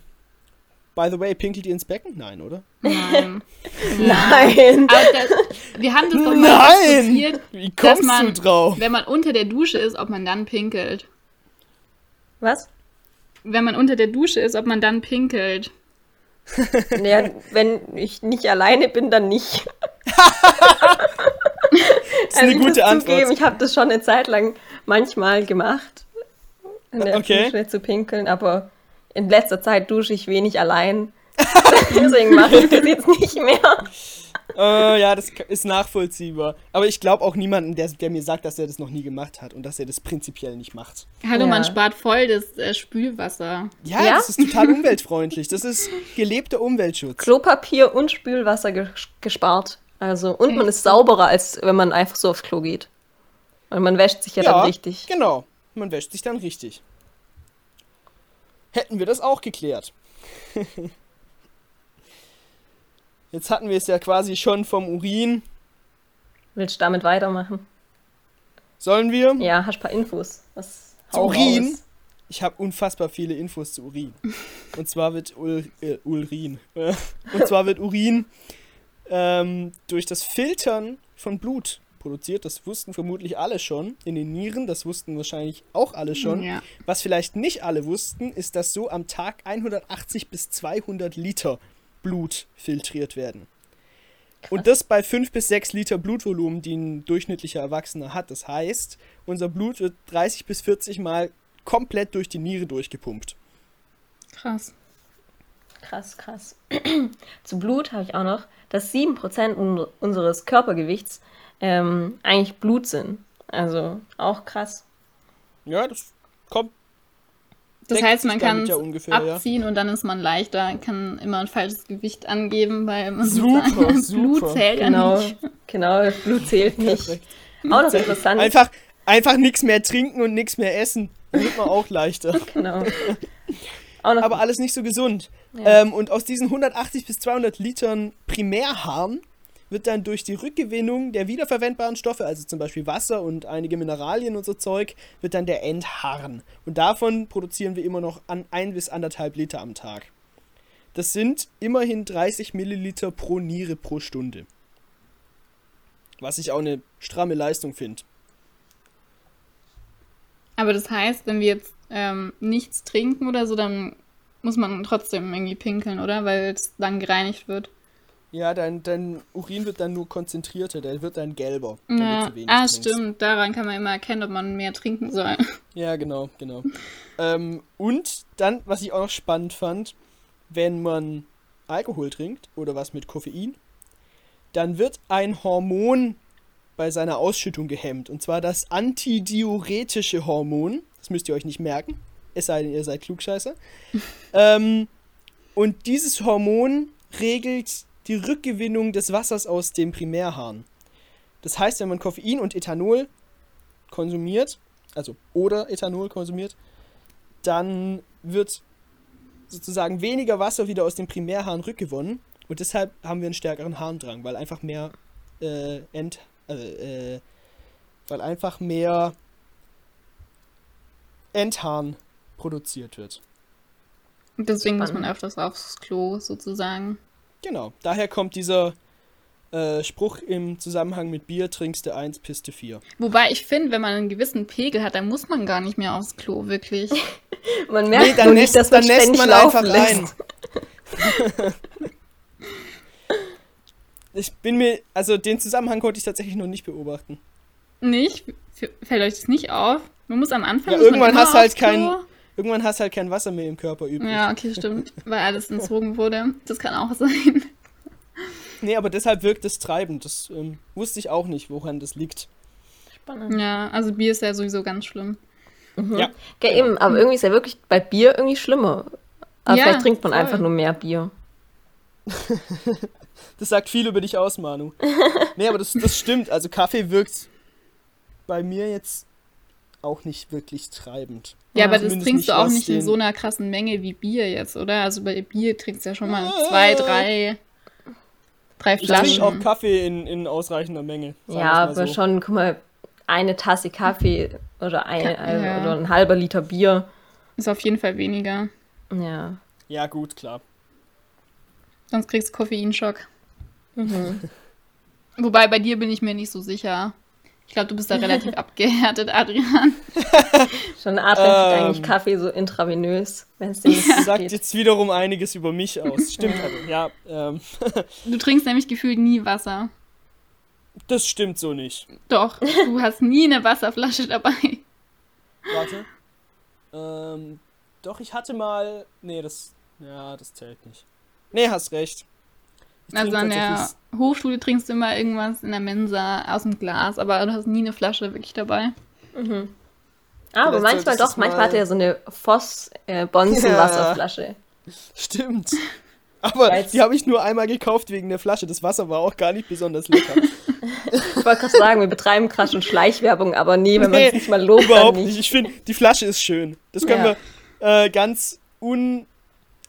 [SPEAKER 3] by the way, pinkelt ihr ins Becken? Nein, oder?
[SPEAKER 1] Nein.
[SPEAKER 2] Nein!
[SPEAKER 1] Aber das, wir haben das doch mal diskutiert,
[SPEAKER 3] Nein! Oh. Wie kommst
[SPEAKER 1] dass man-
[SPEAKER 3] du drauf?
[SPEAKER 1] wenn man unter der Dusche ist, ob man dann pinkelt.
[SPEAKER 2] Was?
[SPEAKER 1] Wenn man unter der Dusche ist, ob man dann pinkelt.
[SPEAKER 2] Naja, wenn ich nicht alleine bin, dann nicht.
[SPEAKER 3] Das ist eine
[SPEAKER 2] Also ich muss
[SPEAKER 3] gute
[SPEAKER 2] Zugeben,
[SPEAKER 3] Antwort.
[SPEAKER 2] ich habe das schon eine Zeit lang manchmal gemacht, in der
[SPEAKER 3] Okay.
[SPEAKER 2] Dusche zu pinkeln, aber in letzter Zeit dusche ich wenig allein. Deswegen mache ich das jetzt nicht mehr.
[SPEAKER 3] Äh, ja, das ist nachvollziehbar. Aber ich glaube auch niemanden, der, der mir sagt, dass er das noch nie gemacht hat und dass er das prinzipiell nicht macht.
[SPEAKER 1] Hallo,
[SPEAKER 2] Ja.
[SPEAKER 1] man spart voll das äh, Spülwasser.
[SPEAKER 3] Ja,
[SPEAKER 2] Ja?
[SPEAKER 3] das ist total umweltfreundlich. Das ist gelebter Umweltschutz.
[SPEAKER 2] Klopapier und Spülwasser ge gespart. Also, und man
[SPEAKER 1] Echt?
[SPEAKER 2] ist sauberer, als wenn man einfach so aufs Klo geht. Und man wäscht sich ja, dann richtig.
[SPEAKER 3] Genau. Man wäscht sich dann richtig. Hätten wir das auch geklärt. Jetzt hatten wir es ja quasi schon vom Urin.
[SPEAKER 2] Willst du damit weitermachen?
[SPEAKER 3] Sollen wir?
[SPEAKER 2] Ja, hast ein paar Infos. Was
[SPEAKER 3] Zu
[SPEAKER 2] hau raus.
[SPEAKER 3] Urin? Ich habe unfassbar viele Infos zu Urin. Und zwar wird Ul äh, Urin. Äh, Und zwar wird Urin ähm, durch das Filtern von Blut produziert. Das wussten vermutlich alle schon. In den Nieren, das wussten wahrscheinlich auch alle schon.
[SPEAKER 1] Ja.
[SPEAKER 3] Was vielleicht nicht alle wussten, ist, dass so am Tag 180 bis 200 Liter Blut filtriert werden. Und das bei 5 bis 6 Liter Blutvolumen, die ein durchschnittlicher Erwachsener hat. Das heißt, unser Blut wird 30 bis 40 Mal komplett durch die Niere durchgepumpt.
[SPEAKER 1] Krass.
[SPEAKER 2] Krass, krass. Zu Blut habe ich auch noch, dass 7% un unseres Körpergewichts ähm, eigentlich Blut sind. Also auch krass.
[SPEAKER 3] Ja, das kommt.
[SPEAKER 1] Das
[SPEAKER 3] deckt
[SPEAKER 1] heißt,
[SPEAKER 3] sich
[SPEAKER 1] man
[SPEAKER 3] damit
[SPEAKER 1] kann es
[SPEAKER 3] ja ungefähr, ja.
[SPEAKER 1] abziehen und dann ist man leichter, kann immer ein falsches Gewicht angeben, weil man
[SPEAKER 3] Super,
[SPEAKER 1] sozusagen Blut
[SPEAKER 3] super.
[SPEAKER 1] zählt ja
[SPEAKER 2] Genau,
[SPEAKER 1] nicht.
[SPEAKER 2] genau, das Blut zählt nicht.
[SPEAKER 3] Perfekt.
[SPEAKER 2] Auch noch interessant.
[SPEAKER 3] Einfach, einfach nichts mehr trinken und nichts mehr essen. Dann wird man auch leichter.
[SPEAKER 2] Genau. Auch noch
[SPEAKER 3] Aber alles nicht so gesund.
[SPEAKER 2] Ja.
[SPEAKER 3] Ähm, und aus diesen 180 bis 200 Litern Primärharn wird dann durch die Rückgewinnung der wiederverwendbaren Stoffe, also zum Beispiel Wasser und einige Mineralien und so Zeug, wird dann der Endharn. Und davon produzieren wir immer noch an ein bis anderthalb Liter am Tag. Das sind immerhin 30 Milliliter pro Niere pro Stunde. Was ich auch eine stramme Leistung finde.
[SPEAKER 1] Aber das heißt, wenn wir jetzt ähm, nichts trinken oder so, dann muss man trotzdem irgendwie pinkeln, oder? Weil es dann gereinigt wird.
[SPEAKER 3] Ja, dein, dein Urin wird dann nur konzentrierter, der wird dann gelber. wenn du
[SPEAKER 1] Ja.
[SPEAKER 3] zu wenig
[SPEAKER 1] Ah,
[SPEAKER 3] trinkst.
[SPEAKER 1] stimmt. Daran kann man immer erkennen, ob man mehr trinken soll.
[SPEAKER 3] Ja, genau, genau. ähm, und dann, was ich auch noch spannend fand, wenn man Alkohol trinkt oder was mit Koffein, dann wird ein Hormon bei seiner Ausschüttung gehemmt. Und zwar das antidiuretische Hormon. Das müsst ihr euch nicht merken, es sei denn, ihr seid Klugscheißer. ähm, und dieses Hormon regelt die Rückgewinnung des Wassers aus dem Primärharn. Das heißt, wenn man Koffein und Ethanol konsumiert, also oder Ethanol konsumiert, dann wird sozusagen weniger Wasser wieder aus dem Primärharn rückgewonnen und deshalb haben wir einen stärkeren Harndrang, weil einfach mehr äh, End, äh, äh, weil einfach mehr Endharn produziert wird.
[SPEAKER 1] Und Deswegen muss man
[SPEAKER 2] Spannend.
[SPEAKER 1] öfters aufs Klo sozusagen.
[SPEAKER 3] Genau, daher kommt dieser äh, Spruch im Zusammenhang mit Bier trinkst du eins, piste vier.
[SPEAKER 1] Wobei ich finde, wenn man einen gewissen Pegel hat, dann muss man gar nicht mehr aufs Klo, wirklich.
[SPEAKER 2] Man merkt nur nicht, dass man ständig laufen lässt.
[SPEAKER 3] ein. ich bin mir, also den Zusammenhang konnte ich tatsächlich noch nicht beobachten.
[SPEAKER 1] Nicht? F- Fällt euch das nicht auf? Man muss am Anfang.
[SPEAKER 3] Ja,
[SPEAKER 1] muss man
[SPEAKER 3] irgendwann
[SPEAKER 1] immer
[SPEAKER 3] hast du halt
[SPEAKER 1] aufs Klo.
[SPEAKER 3] kein- Irgendwann hast du halt kein Wasser mehr im Körper übrig.
[SPEAKER 1] Ja, okay, stimmt. Weil alles entzogen wurde. Das kann auch sein.
[SPEAKER 3] Nee, aber deshalb wirkt es treibend. Das ähm, wusste ich auch nicht, woran das liegt.
[SPEAKER 2] Spannend.
[SPEAKER 1] Ja, also Bier ist ja sowieso ganz schlimm.
[SPEAKER 2] Mhm.
[SPEAKER 3] Ja.
[SPEAKER 2] Ja, eben, aber irgendwie ist ja wirklich bei Bier irgendwie schlimmer. Aber
[SPEAKER 1] Ja,
[SPEAKER 2] vielleicht trinkt man
[SPEAKER 1] voll.
[SPEAKER 2] einfach nur mehr Bier.
[SPEAKER 3] Das sagt viel über dich aus, Manu. nee, aber das, das stimmt. Also Kaffee wirkt bei mir jetzt auch nicht wirklich treibend.
[SPEAKER 1] Ja,
[SPEAKER 2] Ja,
[SPEAKER 1] aber das
[SPEAKER 3] zumindest
[SPEAKER 1] trinkst du
[SPEAKER 3] nicht
[SPEAKER 1] auch
[SPEAKER 3] was
[SPEAKER 1] nicht in
[SPEAKER 3] den-
[SPEAKER 1] so einer krassen Menge wie Bier jetzt, oder? Also bei Bier trinkst du ja schon mal
[SPEAKER 3] Ja.
[SPEAKER 1] zwei, drei, drei
[SPEAKER 3] Äh. Ich trinke auch
[SPEAKER 1] Flaschen.
[SPEAKER 3] Kaffee in, in ausreichender Menge. sagen
[SPEAKER 2] Ja,
[SPEAKER 3] wir's mal
[SPEAKER 2] aber
[SPEAKER 3] so.
[SPEAKER 2] schon, guck mal, eine Tasse Kaffee oder, ein, also,
[SPEAKER 1] ja.
[SPEAKER 2] oder ein halber Liter Bier.
[SPEAKER 1] Ist auf jeden Fall weniger.
[SPEAKER 2] Ja.
[SPEAKER 3] Ja, gut, klar.
[SPEAKER 1] Sonst kriegst du Koffeinschock.
[SPEAKER 3] Mhm.
[SPEAKER 1] Wobei bei dir bin ich mir nicht so sicher. Ich glaube, du bist da relativ abgehärtet, Adrian.
[SPEAKER 2] Schon atmet sich
[SPEAKER 3] Ähm.
[SPEAKER 2] eigentlich Kaffee so intravenös, wenn es dir nicht
[SPEAKER 3] Das
[SPEAKER 2] gut
[SPEAKER 3] sagt
[SPEAKER 2] geht.
[SPEAKER 3] jetzt wiederum einiges über mich aus. Stimmt, also, ja. Ähm,
[SPEAKER 1] Du trinkst nämlich gefühlt nie Wasser.
[SPEAKER 3] das stimmt so nicht.
[SPEAKER 1] Doch, du hast nie eine Wasserflasche dabei.
[SPEAKER 3] Warte. Ähm, doch, ich hatte mal. Nee, das. Ja, das zählt nicht. Nee, hast recht. Ich
[SPEAKER 1] Also
[SPEAKER 3] trinke
[SPEAKER 1] an der
[SPEAKER 3] tatsächlich-
[SPEAKER 1] Hochschule trinkst du immer irgendwas in der Mensa aus dem Glas, aber du hast nie eine Flasche wirklich dabei.
[SPEAKER 2] Aber
[SPEAKER 3] Vielleicht
[SPEAKER 2] Ah, manchmal
[SPEAKER 3] solltest du's
[SPEAKER 2] doch, manchmal
[SPEAKER 3] mal-
[SPEAKER 2] hat er so eine äh, Voss-Bonzen-Wasserflasche.
[SPEAKER 3] Stimmt. Aber
[SPEAKER 2] Als-
[SPEAKER 3] die habe ich nur einmal gekauft wegen der Flasche. Das Wasser war auch gar nicht besonders lecker.
[SPEAKER 2] Ich wollte gerade sagen, wir betreiben gerade schon Schleichwerbung, aber nee, wenn man
[SPEAKER 3] Nee,
[SPEAKER 2] es nicht mal lobt, dann
[SPEAKER 3] Überhaupt
[SPEAKER 2] nicht.
[SPEAKER 3] nicht. Ich finde, die Flasche ist schön. Das können
[SPEAKER 2] Ja.
[SPEAKER 3] wir äh, ganz unbezahlt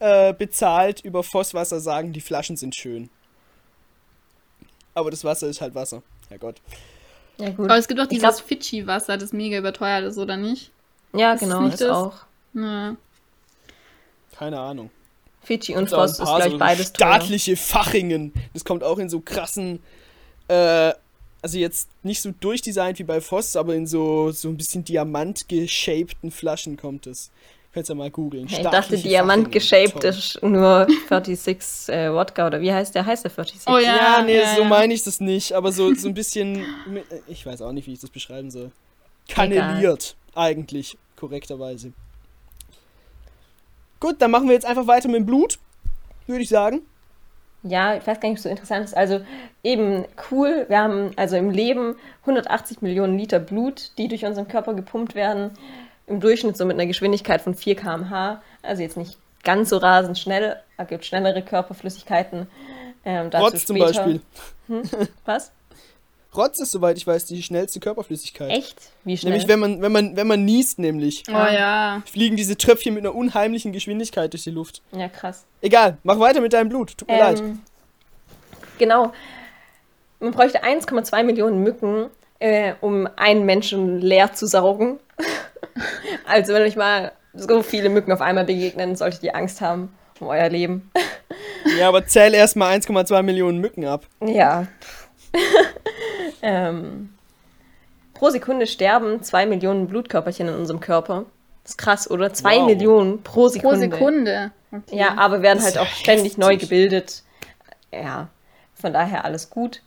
[SPEAKER 3] äh, bezahlt über Vosswasser sagen, die Flaschen sind schön. Aber das Wasser ist halt Wasser. Herrgott.
[SPEAKER 2] Ja, gut.
[SPEAKER 1] Aber es gibt auch
[SPEAKER 2] Ich
[SPEAKER 1] dieses Fidschi-Wasser, das mega überteuert ist, oder nicht?
[SPEAKER 2] Ja,
[SPEAKER 1] Ist es
[SPEAKER 2] genau,
[SPEAKER 1] nicht
[SPEAKER 2] das
[SPEAKER 1] das?
[SPEAKER 2] auch.
[SPEAKER 1] Ja.
[SPEAKER 3] Keine Ahnung.
[SPEAKER 2] Fidschi und
[SPEAKER 3] Da ein
[SPEAKER 2] Voss ist
[SPEAKER 3] paar
[SPEAKER 2] gleich
[SPEAKER 3] so
[SPEAKER 2] beides teuer.
[SPEAKER 3] staatliche Fachingen. Das kommt auch in so krassen, äh, also jetzt nicht so durchdesignt wie bei Voss, aber in so, so ein bisschen diamantgeschapten Flaschen kommt es. Könnt ihr mal googeln.
[SPEAKER 2] Ja, Ich dachte,
[SPEAKER 3] Staatliche
[SPEAKER 2] Diamant
[SPEAKER 3] Fachingen.
[SPEAKER 2] geshaped
[SPEAKER 3] Toll.
[SPEAKER 2] ist nur 46 äh, Wodka oder wie heißt der? Heißt der 46?
[SPEAKER 1] Oh ja,
[SPEAKER 3] Ja, nee,
[SPEAKER 1] ja,
[SPEAKER 3] so
[SPEAKER 1] ja.
[SPEAKER 3] meine ich das nicht, aber so, so ein bisschen, mit- äh, ich weiß auch nicht, wie ich das beschreiben soll. Kaneliert, eigentlich, korrekterweise. Gut, dann machen wir jetzt einfach weiter mit dem Blut. würde ich sagen.
[SPEAKER 2] Ja, ich weiß gar nicht, ob es so interessant ist. Also eben cool, wir haben also im Leben 180 Millionen Liter Blut, die durch unseren Körper gepumpt werden. Im Durchschnitt so mit einer Geschwindigkeit von 4 km/h. Also jetzt nicht ganz so rasend schnell. Es gibt schnellere Körperflüssigkeiten. Ähm, dazu
[SPEAKER 3] Rotz zum
[SPEAKER 2] später.
[SPEAKER 3] Beispiel.
[SPEAKER 2] Hm? Was?
[SPEAKER 3] Rotz ist, soweit ich weiß, die schnellste Körperflüssigkeit.
[SPEAKER 2] Echt? Wie schnell?
[SPEAKER 3] Nämlich, wenn man, wenn, man, wenn man niest, nämlich,
[SPEAKER 1] Oh ja.
[SPEAKER 3] fliegen diese Tröpfchen mit einer unheimlichen Geschwindigkeit durch die Luft.
[SPEAKER 2] ja, krass.
[SPEAKER 3] Egal, mach weiter mit deinem Blut. Tut mir leid.
[SPEAKER 2] Ähm, Genau. Man bräuchte 1,2 Millionen Mücken, äh, um einen Menschen leer zu saugen. also wenn euch mal so viele Mücken auf einmal begegnen, solltet ihr Angst haben um euer Leben.
[SPEAKER 3] Ja, aber zähl erstmal 1,2 Millionen Mücken ab.
[SPEAKER 2] Ja. ähm, pro Sekunde sterben zwei Millionen Blutkörperchen in unserem Körper. Das ist krass, oder? Zwei
[SPEAKER 3] Wow.
[SPEAKER 2] Millionen pro
[SPEAKER 1] Pro
[SPEAKER 2] Sekunde.
[SPEAKER 1] Sekunde. Okay.
[SPEAKER 2] Ja, aber werden
[SPEAKER 3] Das ist
[SPEAKER 2] halt
[SPEAKER 3] ja
[SPEAKER 2] auch ständig neu
[SPEAKER 3] heftig.
[SPEAKER 2] gebildet. Ja, von daher alles gut.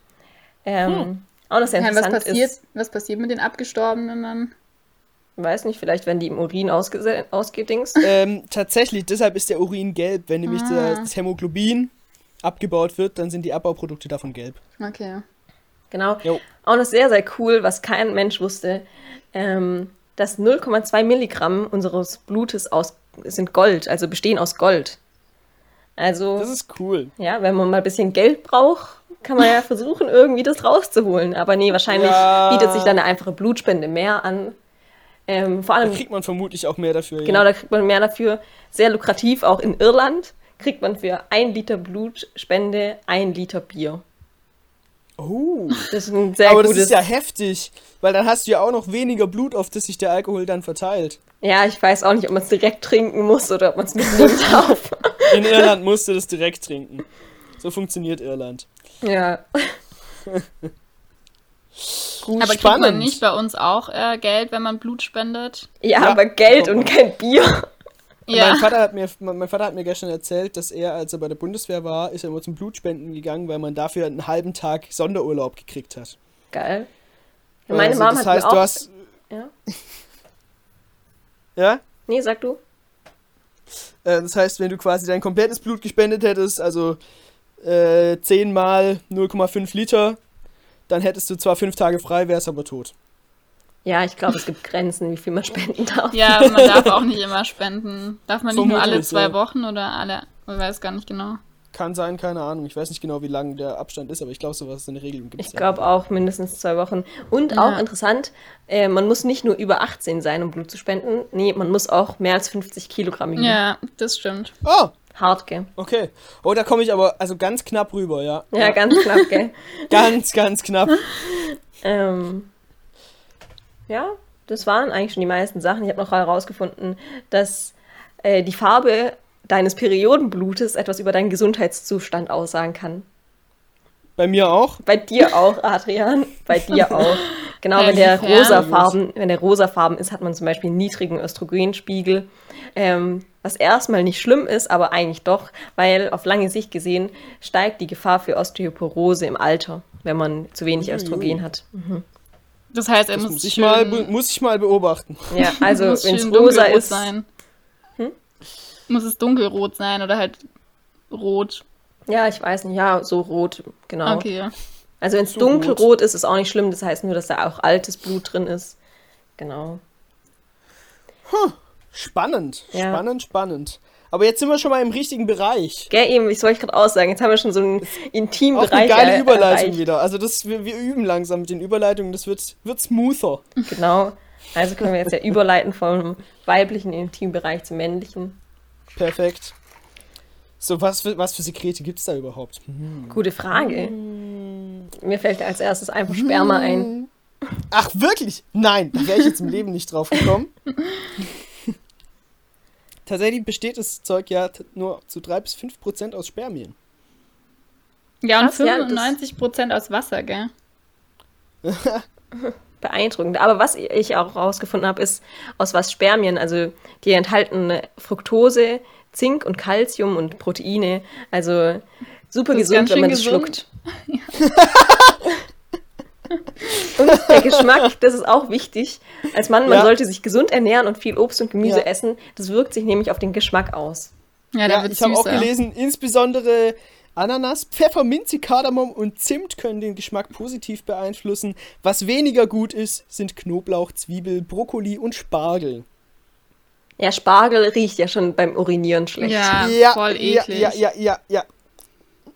[SPEAKER 2] Ähm,
[SPEAKER 3] Hm.
[SPEAKER 2] Auch noch sehr
[SPEAKER 1] Ja, was
[SPEAKER 2] interessant
[SPEAKER 1] passiert,
[SPEAKER 2] ist,
[SPEAKER 1] was passiert mit den Abgestorbenen dann?
[SPEAKER 2] weiß nicht, vielleicht werden die im Urin ausgese- ausgedingst.
[SPEAKER 3] Ähm, tatsächlich, deshalb ist der Urin gelb. Wenn nämlich
[SPEAKER 1] Ah.
[SPEAKER 3] das Hämoglobin abgebaut wird, dann sind die Abbauprodukte davon gelb.
[SPEAKER 1] Okay.
[SPEAKER 2] Genau.
[SPEAKER 3] Jo.
[SPEAKER 2] Auch noch sehr, sehr cool, was kein Mensch wusste, ähm, dass 0,2 Milligramm unseres Blutes aus, sind Gold, also bestehen aus Gold. Also,
[SPEAKER 3] Das ist cool.
[SPEAKER 2] ja, wenn man mal ein bisschen Geld braucht, kann man ja versuchen, irgendwie das rauszuholen. Aber nee, wahrscheinlich
[SPEAKER 3] Ja.
[SPEAKER 2] bietet sich dann eine einfache Blutspende mehr an. Ähm, vor
[SPEAKER 3] Da
[SPEAKER 2] allem,
[SPEAKER 3] kriegt man vermutlich auch mehr dafür.
[SPEAKER 2] genau,
[SPEAKER 3] ja.
[SPEAKER 2] da kriegt man mehr dafür. Sehr lukrativ, auch in Irland kriegt man für ein Liter Blutspende ein Liter Bier.
[SPEAKER 3] Oh.
[SPEAKER 2] Das ist ein sehr
[SPEAKER 3] aber das
[SPEAKER 2] gutes.
[SPEAKER 3] ist ja heftig, weil dann hast du ja auch noch weniger Blut, auf das sich der Alkohol dann verteilt.
[SPEAKER 2] Ja, ich weiß auch nicht, ob man es direkt trinken muss oder ob man es mitnehmen darf.
[SPEAKER 3] In Irland musst du das direkt trinken. So funktioniert Irland.
[SPEAKER 2] ja.
[SPEAKER 3] Gut,
[SPEAKER 1] Aber kriegt man
[SPEAKER 3] spannend.
[SPEAKER 1] nicht bei uns auch äh, Geld, wenn man Blut spendet?
[SPEAKER 2] ja,
[SPEAKER 3] Ja,
[SPEAKER 2] aber Geld
[SPEAKER 3] komm.
[SPEAKER 2] und kein Bier.
[SPEAKER 1] Ja.
[SPEAKER 3] Mein, Vater hat mir, mein mein Vater hat mir gestern erzählt, dass er, als er bei der Bundeswehr war, ist er immer zum Blutspenden gegangen, weil man dafür einen halben Tag Sonderurlaub gekriegt hat.
[SPEAKER 2] Geil. Meine
[SPEAKER 3] also,
[SPEAKER 2] Mom
[SPEAKER 3] das
[SPEAKER 2] hat
[SPEAKER 3] heißt,
[SPEAKER 2] mir auch.
[SPEAKER 3] du hast.
[SPEAKER 2] ja?
[SPEAKER 3] Ja?
[SPEAKER 2] Nee, sag du.
[SPEAKER 3] Äh, Das heißt, wenn du quasi dein komplettes Blut gespendet hättest, also äh, 10 mal 0,5 Liter, dann hättest du zwar fünf Tage frei, wärst aber tot.
[SPEAKER 2] Ja, ich glaube, es gibt Grenzen, wie viel man spenden darf.
[SPEAKER 1] Ja, aber man darf auch nicht immer spenden. Darf man nicht nur alle
[SPEAKER 3] Vermutlich,
[SPEAKER 1] zwei
[SPEAKER 3] ja.
[SPEAKER 1] Wochen oder alle, ich weiß gar nicht genau.
[SPEAKER 3] Kann sein, keine Ahnung. Ich weiß nicht genau, wie lang der Abstand ist, aber ich glaube, sowas in der Regel gibt
[SPEAKER 2] Ich glaube auch mindestens zwei Wochen. Und auch
[SPEAKER 1] Ja.
[SPEAKER 2] interessant, äh, man muss nicht nur über 18 sein, um Blut zu spenden. Nee, man muss auch mehr als 50 Kilogramm wiegen.
[SPEAKER 1] Ja, das stimmt.
[SPEAKER 3] Ah,
[SPEAKER 2] Hart, gell?
[SPEAKER 3] okay. Oh, da komme ich aber also ganz knapp rüber, ja.
[SPEAKER 2] Ja, ganz knapp, gell?
[SPEAKER 3] Ganz, ganz knapp.
[SPEAKER 2] Ähm, ja, das waren eigentlich schon die meisten Sachen. Ich habe noch herausgefunden, dass äh, die Farbe deines Periodenblutes etwas über deinen Gesundheitszustand aussagen kann.
[SPEAKER 3] Bei mir auch.
[SPEAKER 2] Bei dir auch, Adrian. Bei dir auch. Genau,
[SPEAKER 1] Ja,
[SPEAKER 2] wenn der
[SPEAKER 1] Äh, inwiefern?
[SPEAKER 2] rosafarben, wenn der rosafarben ist, hat man zum Beispiel einen niedrigen Östrogenspiegel. Ähm, was erstmal nicht schlimm ist, aber eigentlich doch, weil auf lange Sicht gesehen steigt die Gefahr für Osteoporose im Alter, wenn man zu wenig Östrogen hat.
[SPEAKER 1] Das
[SPEAKER 2] Äh,
[SPEAKER 1] heißt, er
[SPEAKER 3] Das
[SPEAKER 1] muss,
[SPEAKER 3] muss ich,
[SPEAKER 1] schön,
[SPEAKER 3] mal,
[SPEAKER 2] ähm,
[SPEAKER 3] be- muss ich mal beobachten.
[SPEAKER 2] Ja, also
[SPEAKER 1] muss
[SPEAKER 2] wenn es
[SPEAKER 1] schön
[SPEAKER 2] rosa
[SPEAKER 1] dunkelrot
[SPEAKER 2] ist,
[SPEAKER 1] sein. Hm? Muss es dunkelrot sein oder halt rot.
[SPEAKER 2] ja, ich weiß nicht, ja, so rot, genau.
[SPEAKER 1] Okay.
[SPEAKER 2] Also wenn es
[SPEAKER 3] So
[SPEAKER 2] dunkelrot ist, ist auch nicht schlimm. Das heißt nur, dass da auch altes Blut drin ist. Genau.
[SPEAKER 3] Spannend,
[SPEAKER 2] Ja.
[SPEAKER 3] spannend, spannend. Aber jetzt sind wir schon mal im richtigen Bereich.
[SPEAKER 2] Gell, eben, ich soll ich gerade aussagen. Jetzt haben wir schon so einen intimen
[SPEAKER 3] Auch
[SPEAKER 2] Bereich.
[SPEAKER 3] eine
[SPEAKER 1] äh,
[SPEAKER 3] geile
[SPEAKER 2] er-
[SPEAKER 3] Überleitung
[SPEAKER 2] erreicht.
[SPEAKER 3] wieder. Also das, wir, wir üben langsam mit den Überleitungen, das wird, wird smoother.
[SPEAKER 2] Genau. Also können wir jetzt ja überleiten vom weiblichen Intimbereich zum männlichen.
[SPEAKER 3] Perfekt. So, was für, was für Sekrete gibt es da überhaupt? Hm.
[SPEAKER 2] Gute Frage.
[SPEAKER 1] Mm.
[SPEAKER 2] Mir fällt als erstes einfach Sperma ein.
[SPEAKER 3] Ach, wirklich? Nein, da wäre ich jetzt im Leben nicht drauf gekommen. Tatsächlich besteht das Zeug ja t- nur zu 3 bis 5 Prozent aus Spermien.
[SPEAKER 1] Ja, und
[SPEAKER 2] Krass, ja, das-
[SPEAKER 1] 95 Prozent aus Wasser, gell?
[SPEAKER 2] Beeindruckend. Aber was ich auch herausgefunden habe, ist, aus was Spermien, also die enthalten Fructose, Zink und Calcium und Proteine. Also super
[SPEAKER 1] Das ist ganz
[SPEAKER 2] gesund, wenn
[SPEAKER 1] schön
[SPEAKER 2] man es
[SPEAKER 1] gesund.
[SPEAKER 2] schluckt. und der Geschmack, das ist auch wichtig. Als Mann, man
[SPEAKER 3] Ja.
[SPEAKER 2] sollte sich gesund ernähren und viel Obst und Gemüse
[SPEAKER 3] Ja.
[SPEAKER 2] essen. Das wirkt sich nämlich auf den Geschmack aus.
[SPEAKER 1] Ja, da wird's
[SPEAKER 3] ich habe auch
[SPEAKER 1] süßer.
[SPEAKER 3] gelesen, insbesondere Ananas, Pfefferminze, Kardamom und Zimt können den Geschmack positiv beeinflussen. Was weniger gut ist, sind Knoblauch, Zwiebel, Brokkoli und Spargel.
[SPEAKER 2] Ja, Spargel riecht ja schon beim Urinieren schlecht.
[SPEAKER 1] Ja, voll
[SPEAKER 3] ja,
[SPEAKER 1] eklig.
[SPEAKER 3] ja, ja, ja, ja.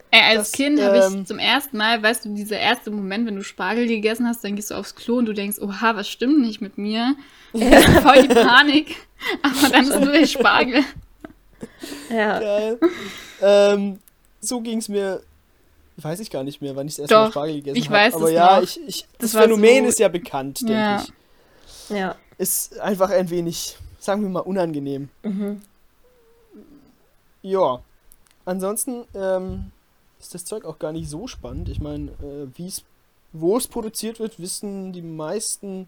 [SPEAKER 1] Ey, als
[SPEAKER 3] Das,
[SPEAKER 1] Kind habe
[SPEAKER 3] ähm,
[SPEAKER 1] ich zum ersten Mal, weißt du, dieser erste Moment, wenn du Spargel gegessen hast, dann gehst du aufs Klo und du denkst, oha, was stimmt nicht mit mir? Das ist voll die Panik. Aber dann ist nur der Spargel.
[SPEAKER 2] Ja.
[SPEAKER 3] Geil. ähm, so ging es mir. Weiß ich gar nicht mehr, wann ich das erste Mal
[SPEAKER 1] Doch,
[SPEAKER 3] Spargel gegessen habe.
[SPEAKER 1] ich weiß
[SPEAKER 3] Aber
[SPEAKER 1] es
[SPEAKER 3] ja,
[SPEAKER 1] noch.
[SPEAKER 3] ich, ich, das,
[SPEAKER 1] Das war
[SPEAKER 3] Phänomen
[SPEAKER 1] so-
[SPEAKER 3] ist ja bekannt, denke
[SPEAKER 1] Ja.
[SPEAKER 3] ich.
[SPEAKER 2] ja.
[SPEAKER 3] Ist einfach ein wenig, sagen wir mal, unangenehm.
[SPEAKER 2] Mhm.
[SPEAKER 3] Ja. Ansonsten ähm, ist das Zeug auch gar nicht so spannend. Ich meine, äh, wie's- wo es produziert wird, wissen die meisten
[SPEAKER 1] Mhm.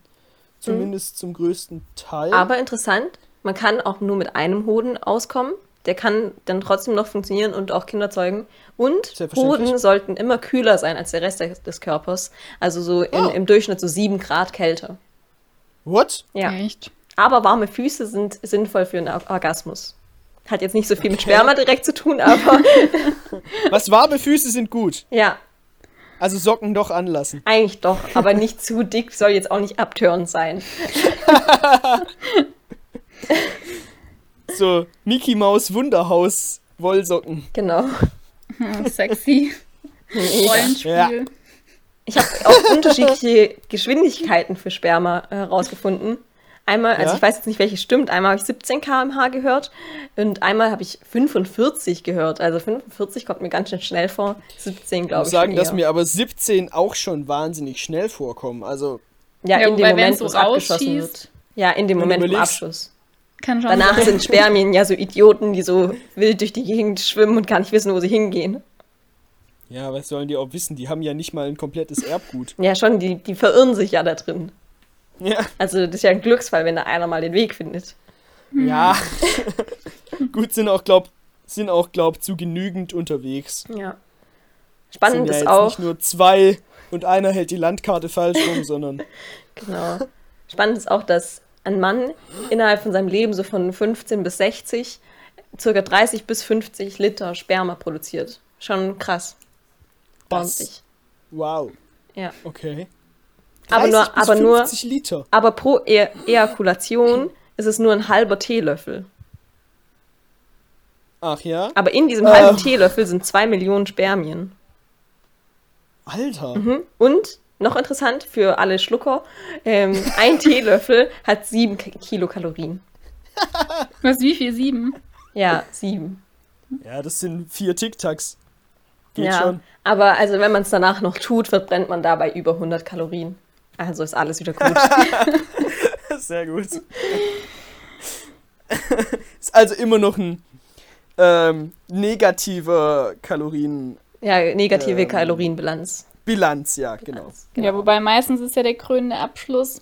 [SPEAKER 3] zumindest zum größten Teil.
[SPEAKER 2] Aber interessant, man kann auch nur mit einem Hoden auskommen. Der kann dann trotzdem noch funktionieren und auch Kinder zeugen. Und
[SPEAKER 3] Selbstverständlich.
[SPEAKER 2] Hoden sollten immer kühler sein als der Rest des- des Körpers. Also so in,
[SPEAKER 3] Oh.
[SPEAKER 2] im Durchschnitt so 7 Grad Kälte.
[SPEAKER 3] What?
[SPEAKER 2] Ja.
[SPEAKER 1] Echt?
[SPEAKER 2] Aber warme Füße sind sinnvoll für einen Or- Orgasmus. Hat jetzt nicht so viel mit Sperma direkt zu tun, aber
[SPEAKER 3] Was warme Füße sind gut.
[SPEAKER 2] ja,
[SPEAKER 3] Also Socken doch anlassen.
[SPEAKER 2] eigentlich doch. Aber nicht zu dick, soll jetzt auch nicht abtörend sein.
[SPEAKER 3] So, Mickey Maus Wunderhaus Wollsocken.
[SPEAKER 2] Genau.
[SPEAKER 1] Hm, Sexy. Rollenspiel.
[SPEAKER 3] Ja.
[SPEAKER 2] Ich habe auch unterschiedliche Geschwindigkeiten für Sperma äh, herausgefunden. Einmal, also
[SPEAKER 3] Ja?
[SPEAKER 2] ich weiß jetzt nicht, welche stimmt, einmal habe ich 17 km/h gehört und einmal habe ich 45 gehört. Also 45 kommt mir ganz schön schnell vor. 17,
[SPEAKER 3] Ich
[SPEAKER 2] glaube
[SPEAKER 3] muss
[SPEAKER 2] ich.
[SPEAKER 3] sagen,
[SPEAKER 2] schon
[SPEAKER 3] dass
[SPEAKER 2] eher.
[SPEAKER 3] mir aber 17 auch schon wahnsinnig schnell vorkommen. Also,
[SPEAKER 2] ja,
[SPEAKER 1] Ja,
[SPEAKER 2] in dem
[SPEAKER 1] wobei, wenn's
[SPEAKER 2] Moment,
[SPEAKER 1] so
[SPEAKER 2] wo es abgeschossen
[SPEAKER 1] rausschießt,
[SPEAKER 2] wird. Ja, in dem
[SPEAKER 3] wenn du
[SPEAKER 2] Moment vom
[SPEAKER 3] überlegst-
[SPEAKER 2] Abschuss.
[SPEAKER 1] Kann schon
[SPEAKER 2] Danach
[SPEAKER 1] sein.
[SPEAKER 2] sind Spermien ja so Idioten, die so wild durch die Gegend schwimmen und gar nicht wissen, wo sie hingehen.
[SPEAKER 3] ja, was sollen die auch wissen? Die haben ja nicht mal ein komplettes Erbgut.
[SPEAKER 2] Ja, schon, die, die verirren sich ja da drin.
[SPEAKER 3] Ja.
[SPEAKER 2] Also das ist ja ein Glücksfall, wenn da einer mal den Weg findet.
[SPEAKER 3] Ja. Gut, sind auch, glaub, sind auch, glaub, zu genügend unterwegs.
[SPEAKER 2] Ja.
[SPEAKER 3] Sind
[SPEAKER 2] Spannend
[SPEAKER 3] ja
[SPEAKER 2] ist
[SPEAKER 3] jetzt
[SPEAKER 2] auch.
[SPEAKER 3] nicht nur zwei und einer hält die Landkarte falsch rum, sondern
[SPEAKER 2] Genau. Spannend ist auch, dass ein Mann innerhalb von seinem Leben so von 15 bis 60 circa 30 bis 50 Liter Sperma produziert. Schon krass.
[SPEAKER 3] das.
[SPEAKER 2] Ordentlich.
[SPEAKER 3] Wow.
[SPEAKER 2] Ja.
[SPEAKER 3] Okay.
[SPEAKER 2] Aber nur-
[SPEAKER 3] 30 bis
[SPEAKER 2] aber nur-
[SPEAKER 3] 50 Liter.
[SPEAKER 2] Aber pro e Ejakulation ist es nur ein halber Teelöffel.
[SPEAKER 3] Ach ja.
[SPEAKER 2] Aber in diesem
[SPEAKER 3] Ähm.
[SPEAKER 2] halben Teelöffel sind 2 Millionen Spermien.
[SPEAKER 3] Alter.
[SPEAKER 2] Mhm. Und noch interessant für alle Schlucker, ähm, ein Teelöffel hat 7 Kilokalorien.
[SPEAKER 1] Was, wie viel? Sieben?
[SPEAKER 2] Ja, 7.
[SPEAKER 3] Ja, das sind vier Tic-Tacs. Geht
[SPEAKER 2] ja,
[SPEAKER 3] schon.
[SPEAKER 2] aber also wenn man es danach noch tut, verbrennt man dabei über 100 Kalorien. Also ist alles wieder gut.
[SPEAKER 3] Sehr gut. Ist also immer noch ein ähm, negativer Kalorienbilanz.
[SPEAKER 2] ja, negative
[SPEAKER 3] Ähm,
[SPEAKER 2] Kalorienbilanz.
[SPEAKER 3] Ja, genau.
[SPEAKER 1] Ja, wobei meistens ist ja der krönende Abschluss.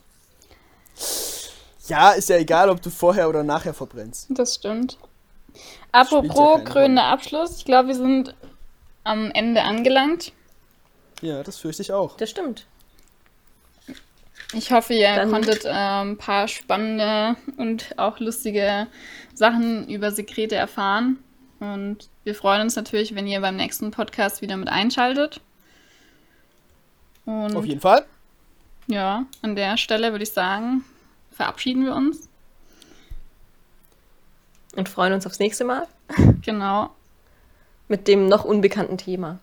[SPEAKER 3] Ja, ist ja egal, ob du vorher oder nachher verbrennst.
[SPEAKER 1] Das stimmt.
[SPEAKER 3] spielt ja
[SPEAKER 1] Apropos
[SPEAKER 3] keine
[SPEAKER 1] krönender Abschluss, ich glaube, wir sind am Ende angelangt.
[SPEAKER 3] Ja, das fürchte ich auch.
[SPEAKER 2] Das stimmt.
[SPEAKER 1] Ich hoffe, ihr
[SPEAKER 2] Dann-
[SPEAKER 1] konntet äh, ein paar spannende und auch lustige Sachen über Sekrete erfahren. Und wir freuen uns natürlich, wenn ihr beim nächsten Podcast wieder mit einschaltet.
[SPEAKER 3] Auf
[SPEAKER 1] Und
[SPEAKER 3] jeden Fall.
[SPEAKER 1] ja, an der Stelle würde ich sagen, verabschieden wir uns.
[SPEAKER 2] Und freuen uns aufs nächste Mal
[SPEAKER 1] Genau.
[SPEAKER 2] mit dem noch unbekannten Thema.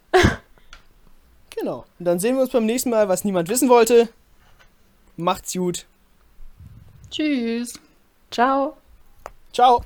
[SPEAKER 3] Genau. Und dann sehen wir uns beim nächsten Mal, was niemand wissen wollte. Macht's gut.
[SPEAKER 1] Tschüss.
[SPEAKER 2] Ciao.
[SPEAKER 3] Ciao.